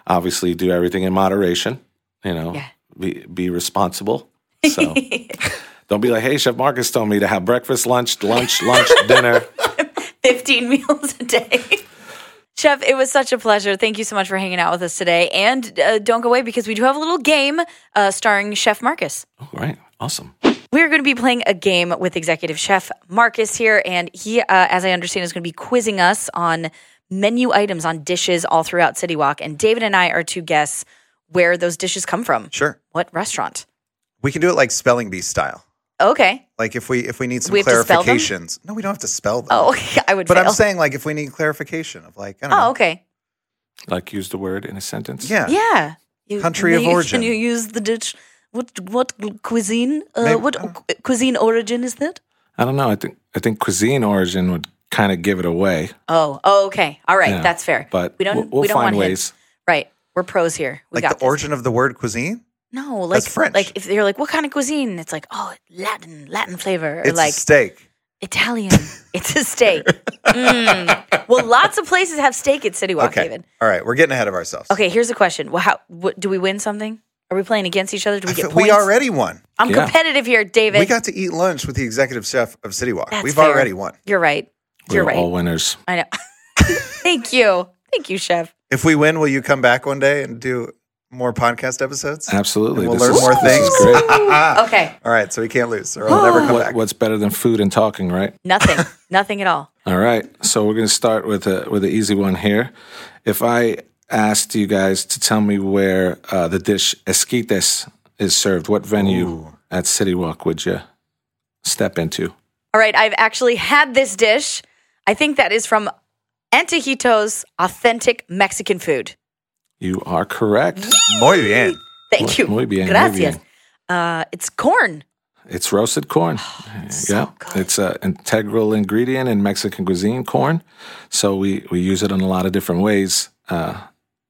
S4: obviously, do everything in moderation. You know,
S3: Yeah.
S4: be be responsible. So don't be like, hey, Chef Marcus told me to have breakfast, lunch, lunch, lunch, dinner.
S3: 15 meals a day. Chef, it was such a pleasure. Thank you so much for hanging out with us today. And uh, don't go away because we do have a little game uh, starring Chef Marcus.
S4: All right, awesome.
S3: We're going to be playing a game with Executive Chef Marcus here, and he, uh, as I understand, is going to be quizzing us on menu items, on dishes all throughout City Walk. And David and I are to guess where those dishes come from.
S2: Sure.
S3: What restaurant?
S2: We can do it like spelling bee style.
S3: Okay.
S2: Like if we if we need some
S3: We have to spell them?
S2: clarifications. No, we don't have to spell them.
S3: Oh, I would.
S2: But
S3: fail.
S2: I'm saying like if we need clarification of like I don't
S3: Oh,
S2: know.
S3: okay.
S4: Like use the word in a sentence.
S2: Yeah.
S3: Yeah. You-
S2: Country
S3: can
S2: of
S3: you-
S2: origin.
S3: Can you use the dish? What what cuisine? Uh,
S2: Maybe-
S3: what
S2: I don't-
S3: cu- cuisine origin is that?
S4: I don't know. I think I think cuisine origin would kind of give it away,
S3: Oh, oh, okay. All right,
S4: Yeah,
S3: that's fair.
S4: but
S3: we don't
S4: we'll, we'll
S3: we don't
S4: find
S3: want
S4: ways.
S3: Hints. Right, we're pros here. We
S2: Like
S3: got
S2: the
S3: this.
S2: origin of the word cuisine?
S3: No, like
S2: That's French.
S3: Like if they're like, what kind of cuisine? It's like, oh, Latin, Latin flavor, or
S2: It's
S3: like
S2: steak.
S3: Italian. it's a steak. Mm. Well, lots of places have steak at City Walk,
S2: Okay.
S3: David.
S2: All right. We're getting ahead of ourselves.
S3: Okay, here's a question. Well, how what, do we win something? Are we playing against each other? Do we get points?
S2: We already won.
S3: I'm
S4: Yeah.
S3: competitive here, David.
S2: We got to eat lunch with the executive chef of City Walk.
S3: That's
S2: We've
S3: fair.
S2: already won.
S3: You're right. You're
S4: We're
S3: right.
S4: all winners.
S3: I know. Thank you. Thank you, Chef.
S2: If we win, will you come back one day and do more podcast episodes?
S4: Absolutely.
S2: And we'll
S4: This
S2: learn
S4: is-
S2: more
S4: this is
S2: things.
S4: great.
S2: Ah.
S3: Okay.
S2: All right, so we can't lose, or I'll never come
S4: What-
S2: back.
S4: what's better than food and talking, right?
S3: Nothing. Nothing at all.
S4: All right. So we're going to start with a with an easy one here. If I asked you guys to tell me where uh, the dish esquites is served, what venue at City Walk would you step into?
S3: All right. I've actually had this dish. I think that is from Antojitos authentic Mexican food.
S4: You are correct.
S2: Muy bien.
S3: Thank you.
S4: Muy bien, muy
S3: Gracias.
S4: bien.
S3: Uh, it's corn.
S4: It's roasted corn.
S2: Ah,
S4: yeah, it's an integral ingredient in Mexican cuisine, corn. So we we use it in a lot of different ways, uh,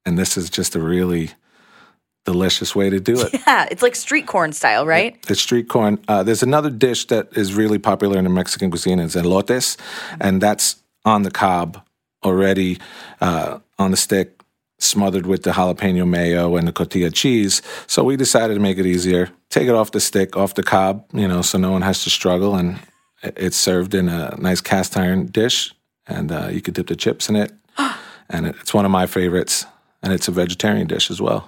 S4: and this is just a really delicious way to do it.
S3: Yeah, it's like street corn style, right?
S4: The street corn. Uh, there's another dish that is really popular in the Mexican cuisine. It's elotes, and that's on the cob already, uh, on the stick, smothered with the jalapeno mayo and the cotija cheese. So we decided to make it easier. Take it off the stick, off the cob, you know, so no one has to struggle, and it- it's served in a nice cast iron dish, and uh, you could dip the chips in it. and it- it's one of my favorites, and it's a vegetarian dish as well.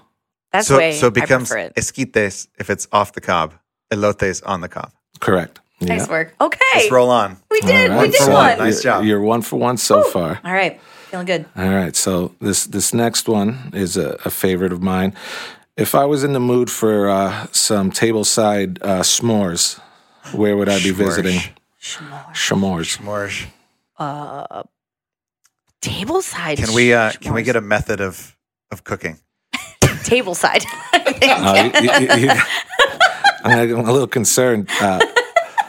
S3: That's the
S2: So,
S3: way
S2: so it becomes
S3: I prefer it.
S2: esquites if it's off the cob, elotes on the cob.
S4: Correct. Yeah.
S3: Nice work. Okay.
S2: Let's roll on.
S3: We did.
S4: All
S3: We
S4: right,
S3: did
S4: so
S2: Nice
S3: one.
S4: you're-
S2: job.
S4: You're one for one so far.
S3: All right. Feeling good.
S4: All right. So this this next one is a, a favorite of mine. If I was in the mood for uh, some tableside uh, s'mores, where would I be visiting? S'mores.
S2: Morsh.
S3: Table side.
S2: Can we uh, can we get a method of of cooking?
S3: table side?
S4: Uh, you- you- you- I'm a little concerned. Uh,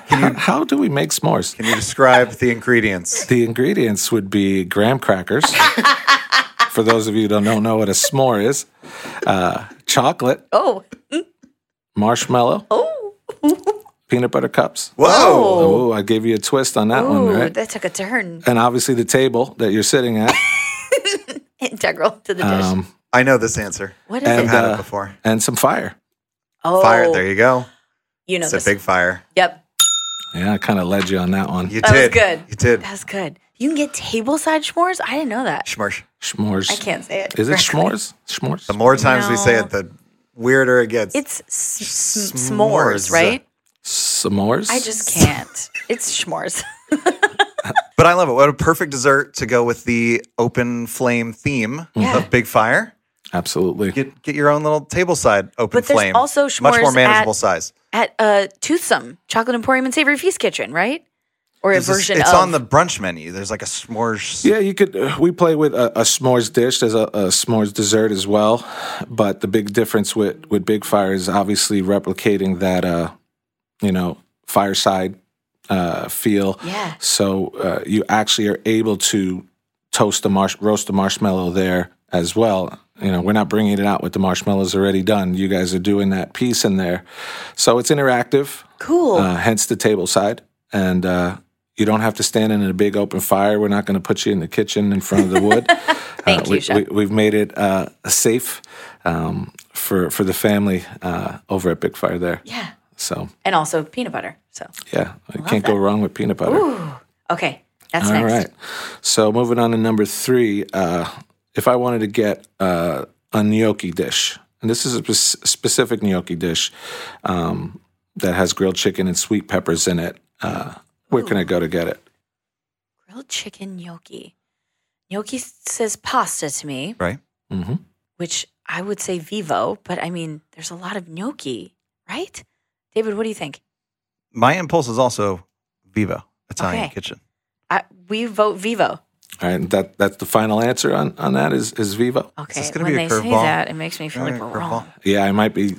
S4: how, how do we make s'mores?
S2: Can you describe the ingredients?
S4: The ingredients would be graham crackers. for those of you who don't know, know what a s'more is, uh, chocolate,
S3: oh.
S4: marshmallow,
S3: Oh.
S4: peanut butter cups.
S2: Whoa!
S4: Oh, I gave you a twist on that one,
S3: Ooh,
S4: right?
S3: that took a turn.
S4: and obviously the table that you're sitting at.
S3: Integral to the dish.
S4: Um,
S2: I know this answer.
S3: what is
S2: I've
S4: and,
S3: it?
S2: had
S4: uh,
S2: it before.
S4: and some fire.
S3: Oh,
S2: Fire. There you go.
S3: you know
S2: It's a
S3: this.
S2: big fire.
S3: yep,
S4: Yeah, I kind of led you on that one.
S2: You
S3: That was
S2: did.
S3: good.
S2: You did.
S3: that's good. You can get table side s'mores. I didn't know that.
S2: Schmorsh.
S4: S'mores.
S3: I can't say it.
S4: Is it
S3: correctly.
S4: s'mores? S'mores.
S2: The more times we say
S3: No.
S2: it, the weirder it gets.
S3: It's s- s- s'mores,
S2: S'mores.
S3: right?
S4: S'mores.
S3: I just can't. it's s'mores.
S2: But I love it. What a perfect dessert to go with the open flame theme
S3: Yeah.
S2: of Big Fire.
S4: absolutely.
S2: Get get your own little table side open
S3: But there's
S2: flame.
S3: also
S2: much more
S3: s'mores
S2: manageable
S3: at-
S2: size.
S3: At uh, Toothsome Chocolate Emporium and Savory Feast Kitchen, right? Or a
S2: There's this-
S3: version
S2: it's
S3: of.
S2: on the brunch menu. There's like a s'mores.
S4: yeah, you could. Uh, we play with a, a s'mores dish. There's a, a s'mores dessert as well, but the big difference with with Big Fire is obviously replicating that, uh, you know, fireside uh, feel.
S3: Yeah.
S4: So uh, you actually are able to toast the marsh, roast the marshmallow there as well. You know, we're not bringing it out with the marshmallows already done. You guys are doing that piece in there, so it's interactive.
S3: Cool.
S4: Uh, hence the table side, and uh, you don't have to stand in a big open fire. We're not going to put you in the kitchen in front of the wood.
S3: Thank
S4: Uh,
S3: you,
S4: we,
S3: Chef.
S4: We, have made it uh, safe um, for for the family uh, over at Big Fire there.
S3: yeah.
S4: So
S3: And also peanut butter. So,
S4: yeah, you can't go wrong with peanut butter.
S3: okay. That's
S4: All right.
S3: next.
S4: So moving on to number three, uh, if I wanted to get uh, a gnocchi dish, and this is a spec- specific gnocchi dish um, that has grilled chicken and sweet peppers in it, uh, where can I go to get it?
S3: Grilled chicken gnocchi. Gnocchi says pasta to me,
S2: Right?
S4: hmm
S3: which I would say vivo, but I mean, there's a lot of gnocchi, right? David, what do you think?
S2: My impulse is also Viva Italian
S3: Okay.
S2: Kitchen.
S3: I, we vote vivo.
S4: All right, and that that's the final answer on on that is is Vivo.
S3: Okay.
S2: this gonna
S3: when
S2: be a
S3: they say
S2: curveball?
S3: that, it makes me feel like
S2: Alright,
S3: we're
S2: curveball.
S3: wrong.
S4: Yeah, I might be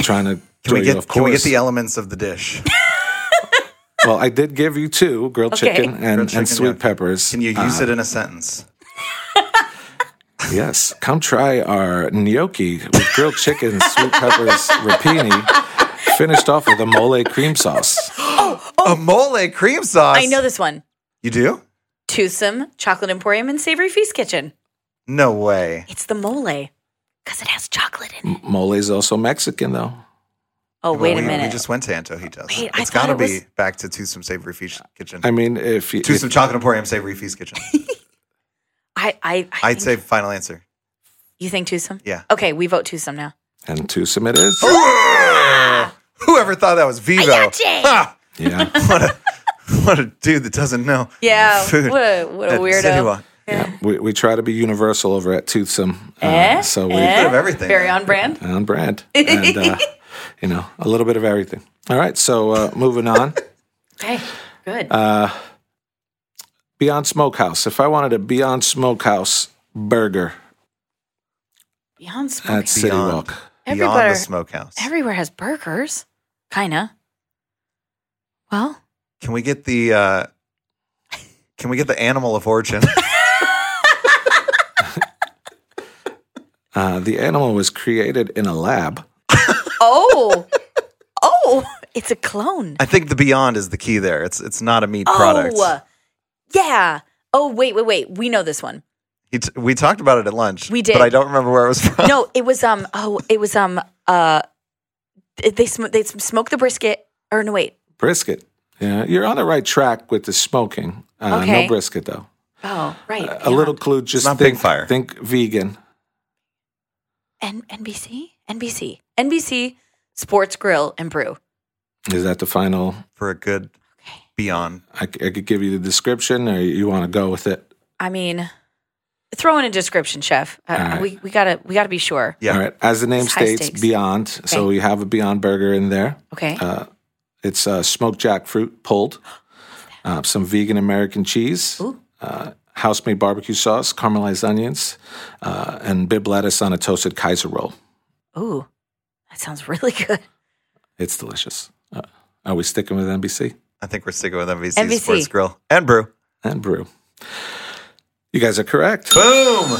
S4: trying to.
S2: Can we
S4: throw you
S2: get
S4: off
S2: can we get
S4: course.
S2: the elements of the dish?
S4: well, I did give you two grilled
S3: Okay.
S4: chicken and,
S2: Grilled
S4: and
S2: chicken,
S4: sweet
S2: yeah.
S4: peppers. Uh,
S2: Can you use it in a sentence?
S4: Yes, come try our gnocchi with grilled chicken, sweet peppers, rapini, finished off with a mole cream sauce.
S2: Oh, a mole cream sauce.
S3: I know this one.
S2: You do?
S3: Twosome Chocolate Emporium and Savory Feast Kitchen.
S2: No way.
S3: It's the mole because it has chocolate in it.
S4: Mole is also Mexican, though.
S3: Oh, wait
S2: Well,
S3: a
S2: we-
S3: minute.
S2: We just went to Antojitos.
S3: Wait, I
S2: it's
S3: thought
S2: got to
S3: it was- Uh,
S2: be back to Twosome Savory Feast Kitchen.
S4: I mean, if you,
S2: Twosome Chocolate Emporium Savory Feast Kitchen.
S3: I, I, I
S2: I'd
S3: think-
S2: say final answer.
S3: You think twosome?
S2: Yeah.
S3: Okay, we vote twosome now.
S4: and twosome it is.
S2: Oh.
S3: Ah!
S2: Whoever thought that was Vivo. Ha!
S4: Yeah.
S2: what, a, what a dude that doesn't know.
S3: Yeah.
S2: Food
S3: What a, what a
S2: that City
S3: weirdo.
S2: Walk.
S4: yeah. We, we try to be universal over at Toothsome. Uh,
S3: Eh?
S4: So we
S3: Eh?
S2: Bit of everything.
S3: Very on brand.
S4: on brand. And, uh, you know, a little bit of everything. All right. So uh, moving on.
S3: Okay, good.
S2: Uh,
S4: Beyond Smokehouse. If I wanted a Beyond Smokehouse burger
S3: Beyond Smoke.
S4: at City
S2: Beyond.
S4: Walk,
S2: Beyond
S3: Everywhere-
S2: the smokehouse.
S3: Everywhere has burgers. Kinda. Well,
S2: Can we get the uh, can we get the animal of origin?
S4: uh, the animal was created in a lab.
S3: oh, oh, it's a clone.
S2: I think the beyond is the key there. It's it's not a meat product.
S3: Oh, yeah. Oh, wait, wait, wait. We know this one.
S2: He t- we talked about it at lunch.
S3: We did.
S2: but I don't remember where it was from.
S3: No, it was um. Oh, it was um. Uh, they sm- they smoked the brisket. Or no, wait.
S4: Brisket. Yeah. You're on the right track with the smoking. Uh,
S3: Okay.
S4: No brisket, though.
S3: Oh, right.
S4: A little clue. Just
S2: not
S4: think,
S2: Big Fire.
S4: think vegan.
S3: N- NBC, NBC, NBC Sports Grill and Brew.
S4: Is that the final?
S2: For a good
S3: Okay.
S2: beyond.
S4: I, c- I could give you the description, or you want to go with it?
S3: I mean, throw in a description, chef. Uh,
S4: All right.
S3: We we gotta we gotta be sure.
S2: Yeah.
S4: All right. As the name
S3: It's high
S4: states,
S3: stakes.
S4: Beyond. So
S3: Okay.
S4: we have a Beyond burger in there.
S3: Okay.
S4: Uh, it's uh, smoked jackfruit pulled, uh, some vegan American cheese,
S3: Ooh.
S4: uh, house made barbecue sauce, caramelized onions, uh, and bib lettuce on a toasted Kaiser roll.
S3: Ooh, that sounds really good.
S4: It's delicious. Uh, are we sticking with NBC
S2: I think we're sticking with MVC,
S3: MVC.
S2: Sports Grill and Brew.
S4: and brew? You guys are correct.
S2: Boom.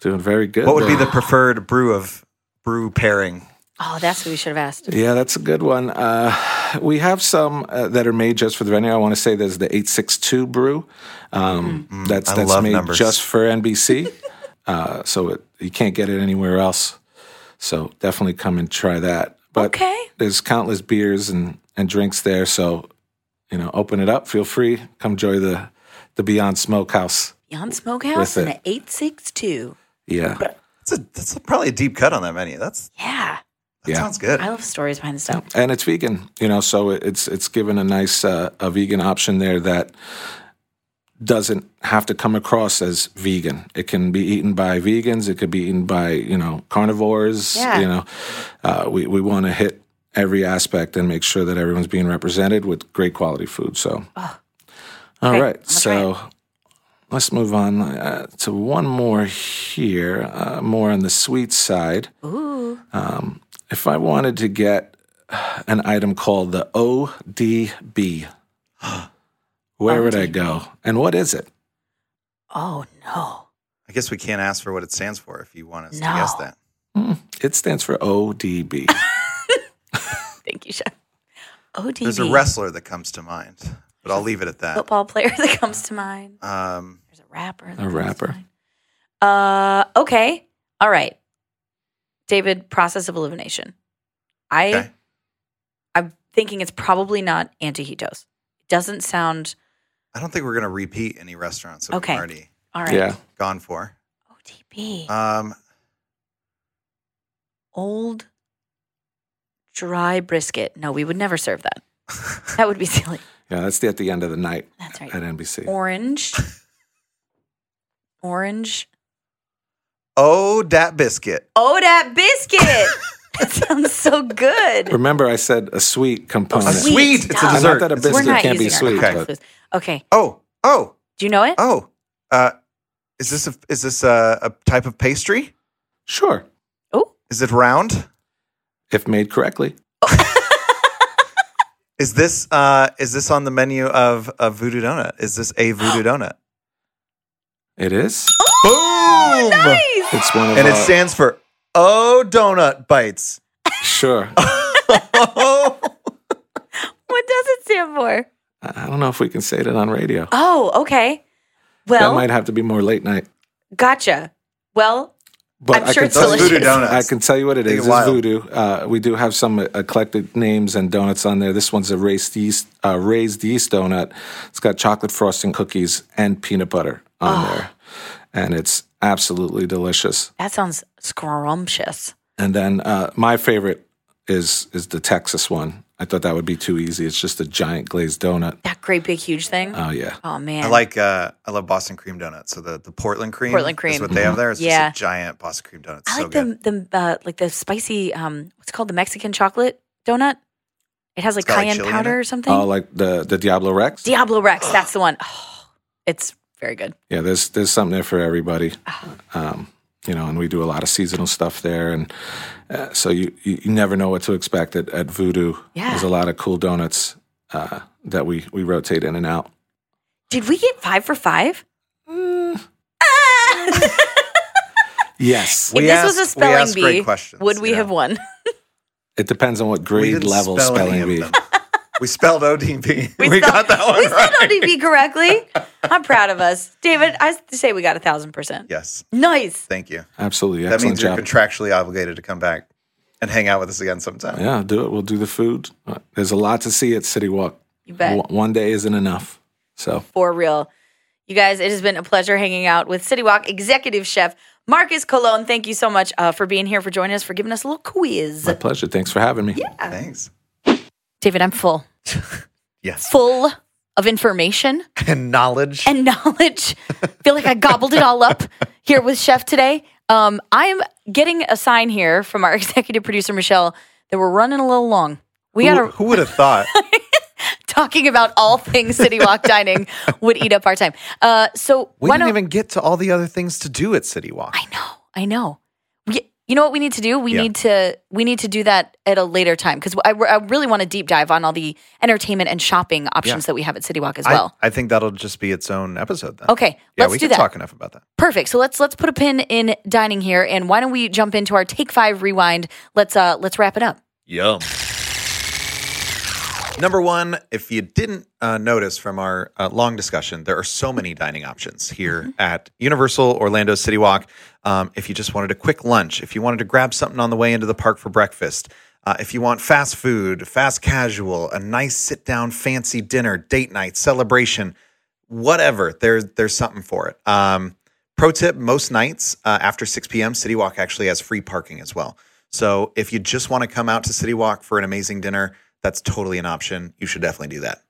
S4: Doing very good.
S2: What would be
S4: there.
S2: the preferred brew of brew pairing?
S3: Oh, that's what we should have asked.
S4: Yeah, that's a good one. Uh, we have some uh, that are made just for the venue. I want to say there's the 862 brew. Um, That's
S2: Mm-hmm. I
S4: that's
S2: love
S4: made
S2: numbers.
S4: just for NBC. uh, so it, you can't get it anywhere else. So definitely come and try that. But
S3: Okay.
S4: there's countless beers and, and drinks there. So, you know, open it up. Feel free. Come enjoy the, the Beyond Smokehouse.
S3: Beyond Smokehouse
S4: With
S3: and
S4: it.
S3: an eight six two.
S4: Yeah.
S2: That's a that's probably a deep cut on that menu. That's
S3: Yeah,
S2: that
S4: Yeah.
S2: sounds good.
S3: I love stories behind the stuff.
S4: and it's vegan you know so it- it's it's given a nice uh, a vegan option there that doesn't have to come across as vegan it can be eaten by vegans it could be eaten by you know carnivores
S3: Yeah.
S4: you know uh, we, we want to hit every aspect and make sure that everyone's being represented with great quality food so all
S3: Oh. Okay,
S4: right
S3: I'm gonna
S4: so let's move on uh, to one more here uh, more on the sweet side
S3: Ooh,
S4: if I wanted to get an item called the ODB, where would I go? And what is it?
S3: oh no,
S2: I guess we can't ask for what it stands for if you want us to
S3: No.
S2: guess that.
S4: It stands for ODB.
S3: thank you, chef. ODB,
S2: There's a wrestler that comes to mind, but I'll leave it at that.
S3: football player that comes to mind.
S2: Um,
S3: There's a rapper. that
S4: A
S3: comes to
S4: rapper.
S3: mind. Uh, okay. All right. David, process of elimination. I
S2: Okay.
S3: I'm thinking it's probably not antojitos. It doesn't sound
S2: I don't think we're gonna repeat any restaurants that
S3: Okay.
S2: we've already
S3: all right.
S4: yeah.
S2: gone for.
S3: ODB.
S2: Um,
S3: Old dry brisket. No, we would never serve that. That would be silly.
S4: Yeah, that's the, at the end of the night
S3: That's
S4: at
S3: right.
S4: NBC.
S3: Orange. Orange.
S2: oh, dat biscuit.
S3: Oh, that biscuit. that sounds so good.
S4: Remember, I said a sweet component.
S2: A
S3: sweet.
S2: sweet. It's a
S3: Not
S4: And
S2: dessert.
S4: Not that a
S2: It's a
S4: biscuit
S3: We're not
S4: can't be
S3: using our
S4: sweet.
S2: Okay.
S3: okay.
S4: But
S3: clues. Okay.
S2: Oh, oh,
S3: Do you know it?
S2: oh. Uh, is this a is this a, a type of pastry?
S4: sure,
S3: Oh,
S2: Is it round?
S4: if made correctly.
S2: Is this uh is this on the menu of a voodoo donut? Is this a voodoo donut?
S4: It is.
S2: Boom!
S3: Oh, nice.
S4: It's one of
S2: And it
S4: our-
S2: stands for Oh Donut Bites.
S4: sure.
S2: Oh,
S3: What does it stand for?
S4: I I don't know if we can say that on radio.
S3: Oh, okay.
S4: that
S3: Well,
S4: might have to be more late night.
S3: gotcha. Well,
S4: But
S3: I'm
S4: I
S3: sure
S4: can
S3: it's
S4: tell
S2: Those
S4: you-
S2: voodoo
S3: delicious.
S2: donuts.
S4: I can tell you what it
S2: Take
S4: is.
S2: a
S4: It's
S2: while.
S4: voodoo. Uh, we do have some eclectic names and donuts on there. This one's a raised yeast, uh, raised yeast donut. It's got chocolate frosting cookies and peanut butter on
S3: Ah.
S4: there, and it's absolutely delicious.
S3: that sounds scrumptious.
S4: And then uh, my favorite is is the Texas one. I thought that would be too easy. It's just a giant glazed donut.
S3: That great big huge thing.
S4: Oh yeah,
S3: oh man.
S2: Uh, I like uh, I love Boston cream donuts. So the, the Portland cream,
S3: Portland
S2: is
S3: cream.
S2: what they have there. It's
S3: Yeah.
S2: just a giant Boston cream donut. It's
S3: I
S2: so
S3: like
S2: good.
S3: the the uh, like the spicy um what's it called the Mexican chocolate donut. It has like
S2: It's got, like,
S3: cayenne
S2: chili in
S3: powder
S2: it?
S3: or something.
S4: oh like the the Diablo Rex.
S3: Diablo Rex, that's the one. Oh, it's very good.
S4: yeah, there's there's something there for everybody.
S3: Ah.
S4: Um, you know, and we do a lot of seasonal stuff there, and uh, so you, you you never know what to expect at, at Voodoo.
S3: Yeah.
S4: There's a lot of cool donuts uh, that we we rotate in and out.
S3: Did we get five for five?
S4: Yes,
S2: We
S3: if this was a
S2: asked- we asked
S3: spelling
S2: great
S3: bee,
S2: questions,
S3: would we
S2: yeah.
S3: have won?
S4: it depends on what
S2: We
S4: grade
S2: didn't
S4: level
S2: spell any
S4: spelling
S2: of
S4: bee.
S2: them. we spelled ODB. We,
S3: spelled-
S2: got that one
S3: We
S2: right.
S3: spelled ODB correctly. I'm proud of us, David. I say we got a thousand percent.
S2: Yes.
S3: Nice.
S2: Thank you.
S4: Absolutely,
S2: That
S4: excellent
S2: means you're
S4: job.
S2: contractually obligated to come back and hang out with us again sometime.
S4: yeah, do it. We'll do the food. Uh, There's a lot to see at City Walk.
S3: You bet.
S4: One- one day isn't enough. So
S3: for real. You guys, it has been a pleasure hanging out with City Walk executive chef Marcus Colon. Thank you so much uh, for being here, for joining us, for giving us a little quiz.
S4: my pleasure. Thanks for having me.
S3: Oh.
S2: Thanks.
S3: David, I'm full,
S2: Yes.
S3: full of information
S2: And knowledge.
S3: and knowledge. Feel like I gobbled it all up here with Chef today. Um, I am getting a sign here from our executive producer Michelle that we're running a little long. We
S2: who,
S3: gotta
S2: who would have thought?
S3: talking about all things City Walk dining would eat up our time. Uh, so
S2: We
S3: why
S2: didn't
S3: don't-
S2: even get to all the other things to do at City Walk.
S3: I know. I know. We, you know what we need to do? We
S2: Yeah.
S3: need to we need to do that at a later time because I, I really want to deep dive on all the entertainment and shopping options
S2: Yeah.
S3: that we have at City Walk as
S2: I-
S3: well.
S2: I, think that'll just be its own episode then.
S3: okay,
S2: Yeah,
S3: let's
S2: we
S3: do
S2: can
S3: that.
S2: talk enough about that.
S3: Perfect. So let's let's put a pin in dining here, and why don't we jump into our take five rewind? Let's uh let's wrap it up.
S2: Yum. Number one, if you didn't uh, notice from our uh, long discussion, there are so many dining options here at Universal Orlando City Walk. Um, if you just wanted a quick lunch, if you wanted to grab something on the way into the park for breakfast, uh, if you want fast food, fast casual, a nice sit down fancy dinner, date night, celebration, whatever, there's there's something for it. Um, Pro tip most nights uh, after 6 p.m., City Walk actually has free parking as well. So if you just want to come out to City Walk for an amazing dinner, that's totally an option. You should definitely do that.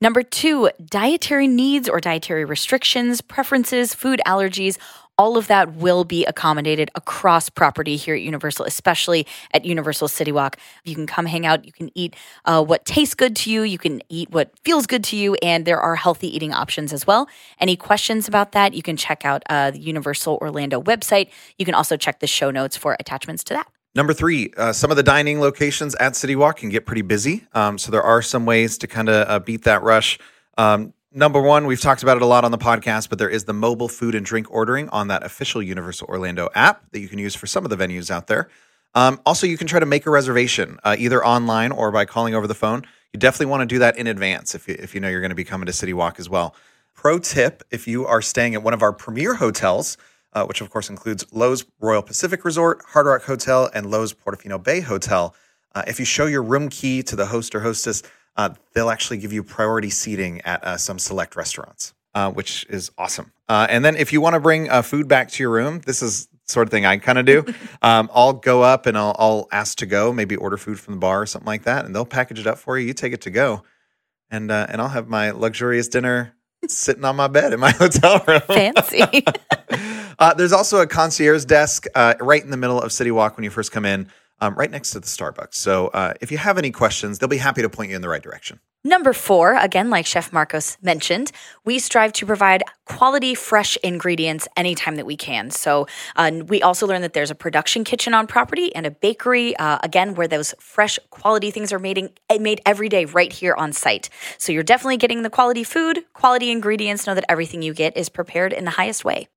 S3: Number two, dietary needs or dietary restrictions, preferences, food allergies. All of that will be accommodated across property here at Universal, especially at Universal City Walk. You can come hang out, you can eat uh, what tastes good to you, you can eat what feels good to you, and there are healthy eating options as well. Any questions about that, you can check out uh, the Universal Orlando website. You can also check the show notes for attachments to that.
S2: Number three, uh, some of the dining locations at City Walk can get pretty busy. Um, so there are some ways to kind of uh, beat that rush. Um, number one, we've talked about it a lot on the podcast, but there is the mobile food and drink ordering on that official Universal Orlando app that you can use for some of the venues out there. Um, also, you can try to make a reservation uh, either online or by calling over the phone. You definitely want to do that in advance if you, if you know you're going to be coming to City Walk as well. Pro tip if you are staying at one of our premier hotels, uh, which of course includes Lowe's Royal Pacific Resort, Hard Rock Hotel, and Lowe's Portofino Bay Hotel, uh, if you show your room key to the host or hostess, uh, they'll actually give you priority seating at uh, some select restaurants, uh, which is awesome. Uh, and then if you want to bring uh, food back to your room, this is sort of thing I kind of do. um, I'll go up and I'll, I'll ask to go, maybe order food from the bar or something like that, and they'll package it up for you. You take it to go, and uh, and I'll have my luxurious dinner sitting on my bed in my hotel room.
S3: Fancy.
S2: Uh, there's also a concierge desk uh, right in the middle of City Walk when you first come in, um, right next to the Starbucks. So uh, if you have any questions, they'll be happy to point you in the right direction.
S3: Number four, again, like Chef Marcos mentioned, we strive to provide quality, fresh ingredients anytime that we can. So uh, we also learned that there's a production kitchen on property and a bakery, uh, again, where those fresh, quality things are made, in, made every day right here on site. So you're definitely getting the quality food, quality ingredients. Know that everything you get is prepared in the highest way.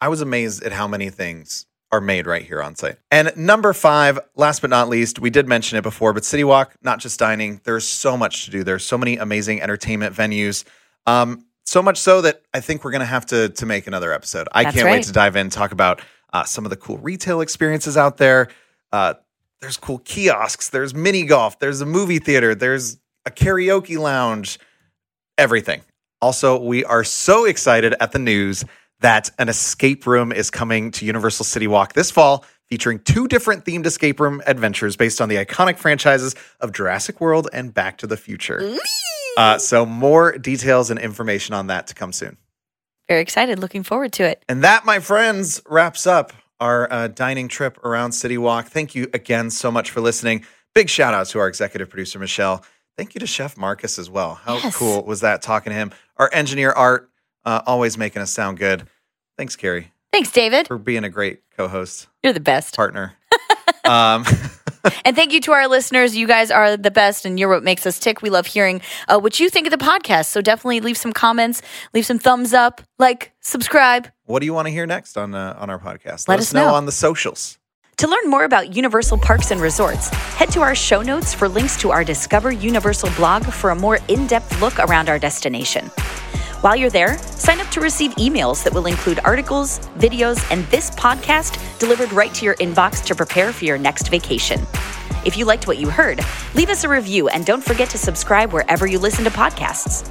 S2: I was amazed at how many things are made right here on site. And number five, last but not least, we did mention it before, but City Walk, not just dining, there's so much to do. There's so many amazing entertainment venues. Um, so much so that I think we're going to have to to make another episode. I
S3: That's
S2: can't
S3: right.
S2: wait to dive in, talk about uh, some of the cool retail experiences out there. Uh, there's cool kiosks, there's mini golf, there's a movie theater, there's a karaoke lounge, everything. Also, we are so excited at the news that an escape room is coming to Universal City Walk this fall, featuring two different themed escape room adventures based on the iconic franchises of Jurassic World and Back to the Future. Uh, so, more details and information on that to come soon.
S3: Very excited. Looking forward to it.
S2: And that, my friends, wraps up our uh, dining trip around City Walk. Thank you again so much for listening. Big shout out to our executive producer, Michelle. Thank you to Chef Marcus as well. How
S3: Yes.
S2: cool was that talking to him? Our engineer, Art, uh, always making us sound good. Thanks, Carrie,
S3: Thanks, David.
S2: for being a great co host,
S3: You're the best.
S2: partner. um,
S3: And thank you to our listeners. You guys are the best, and you're what makes us tick. We love hearing uh, what you think of the podcast. So definitely leave some comments, leave some thumbs up, like, subscribe.
S2: what do you want to hear next on, uh, on our podcast? Let,
S3: us know.
S2: on the socials.
S3: To learn more about Universal Parks and Resorts, head to our show notes for links to our Discover Universal blog for a more in depth look around our destination. While you're there, sign up to receive emails that will include articles, videos, and this podcast delivered right to your inbox to prepare for your next vacation. If you liked what you heard, leave us a review and don't forget to subscribe wherever you listen to podcasts.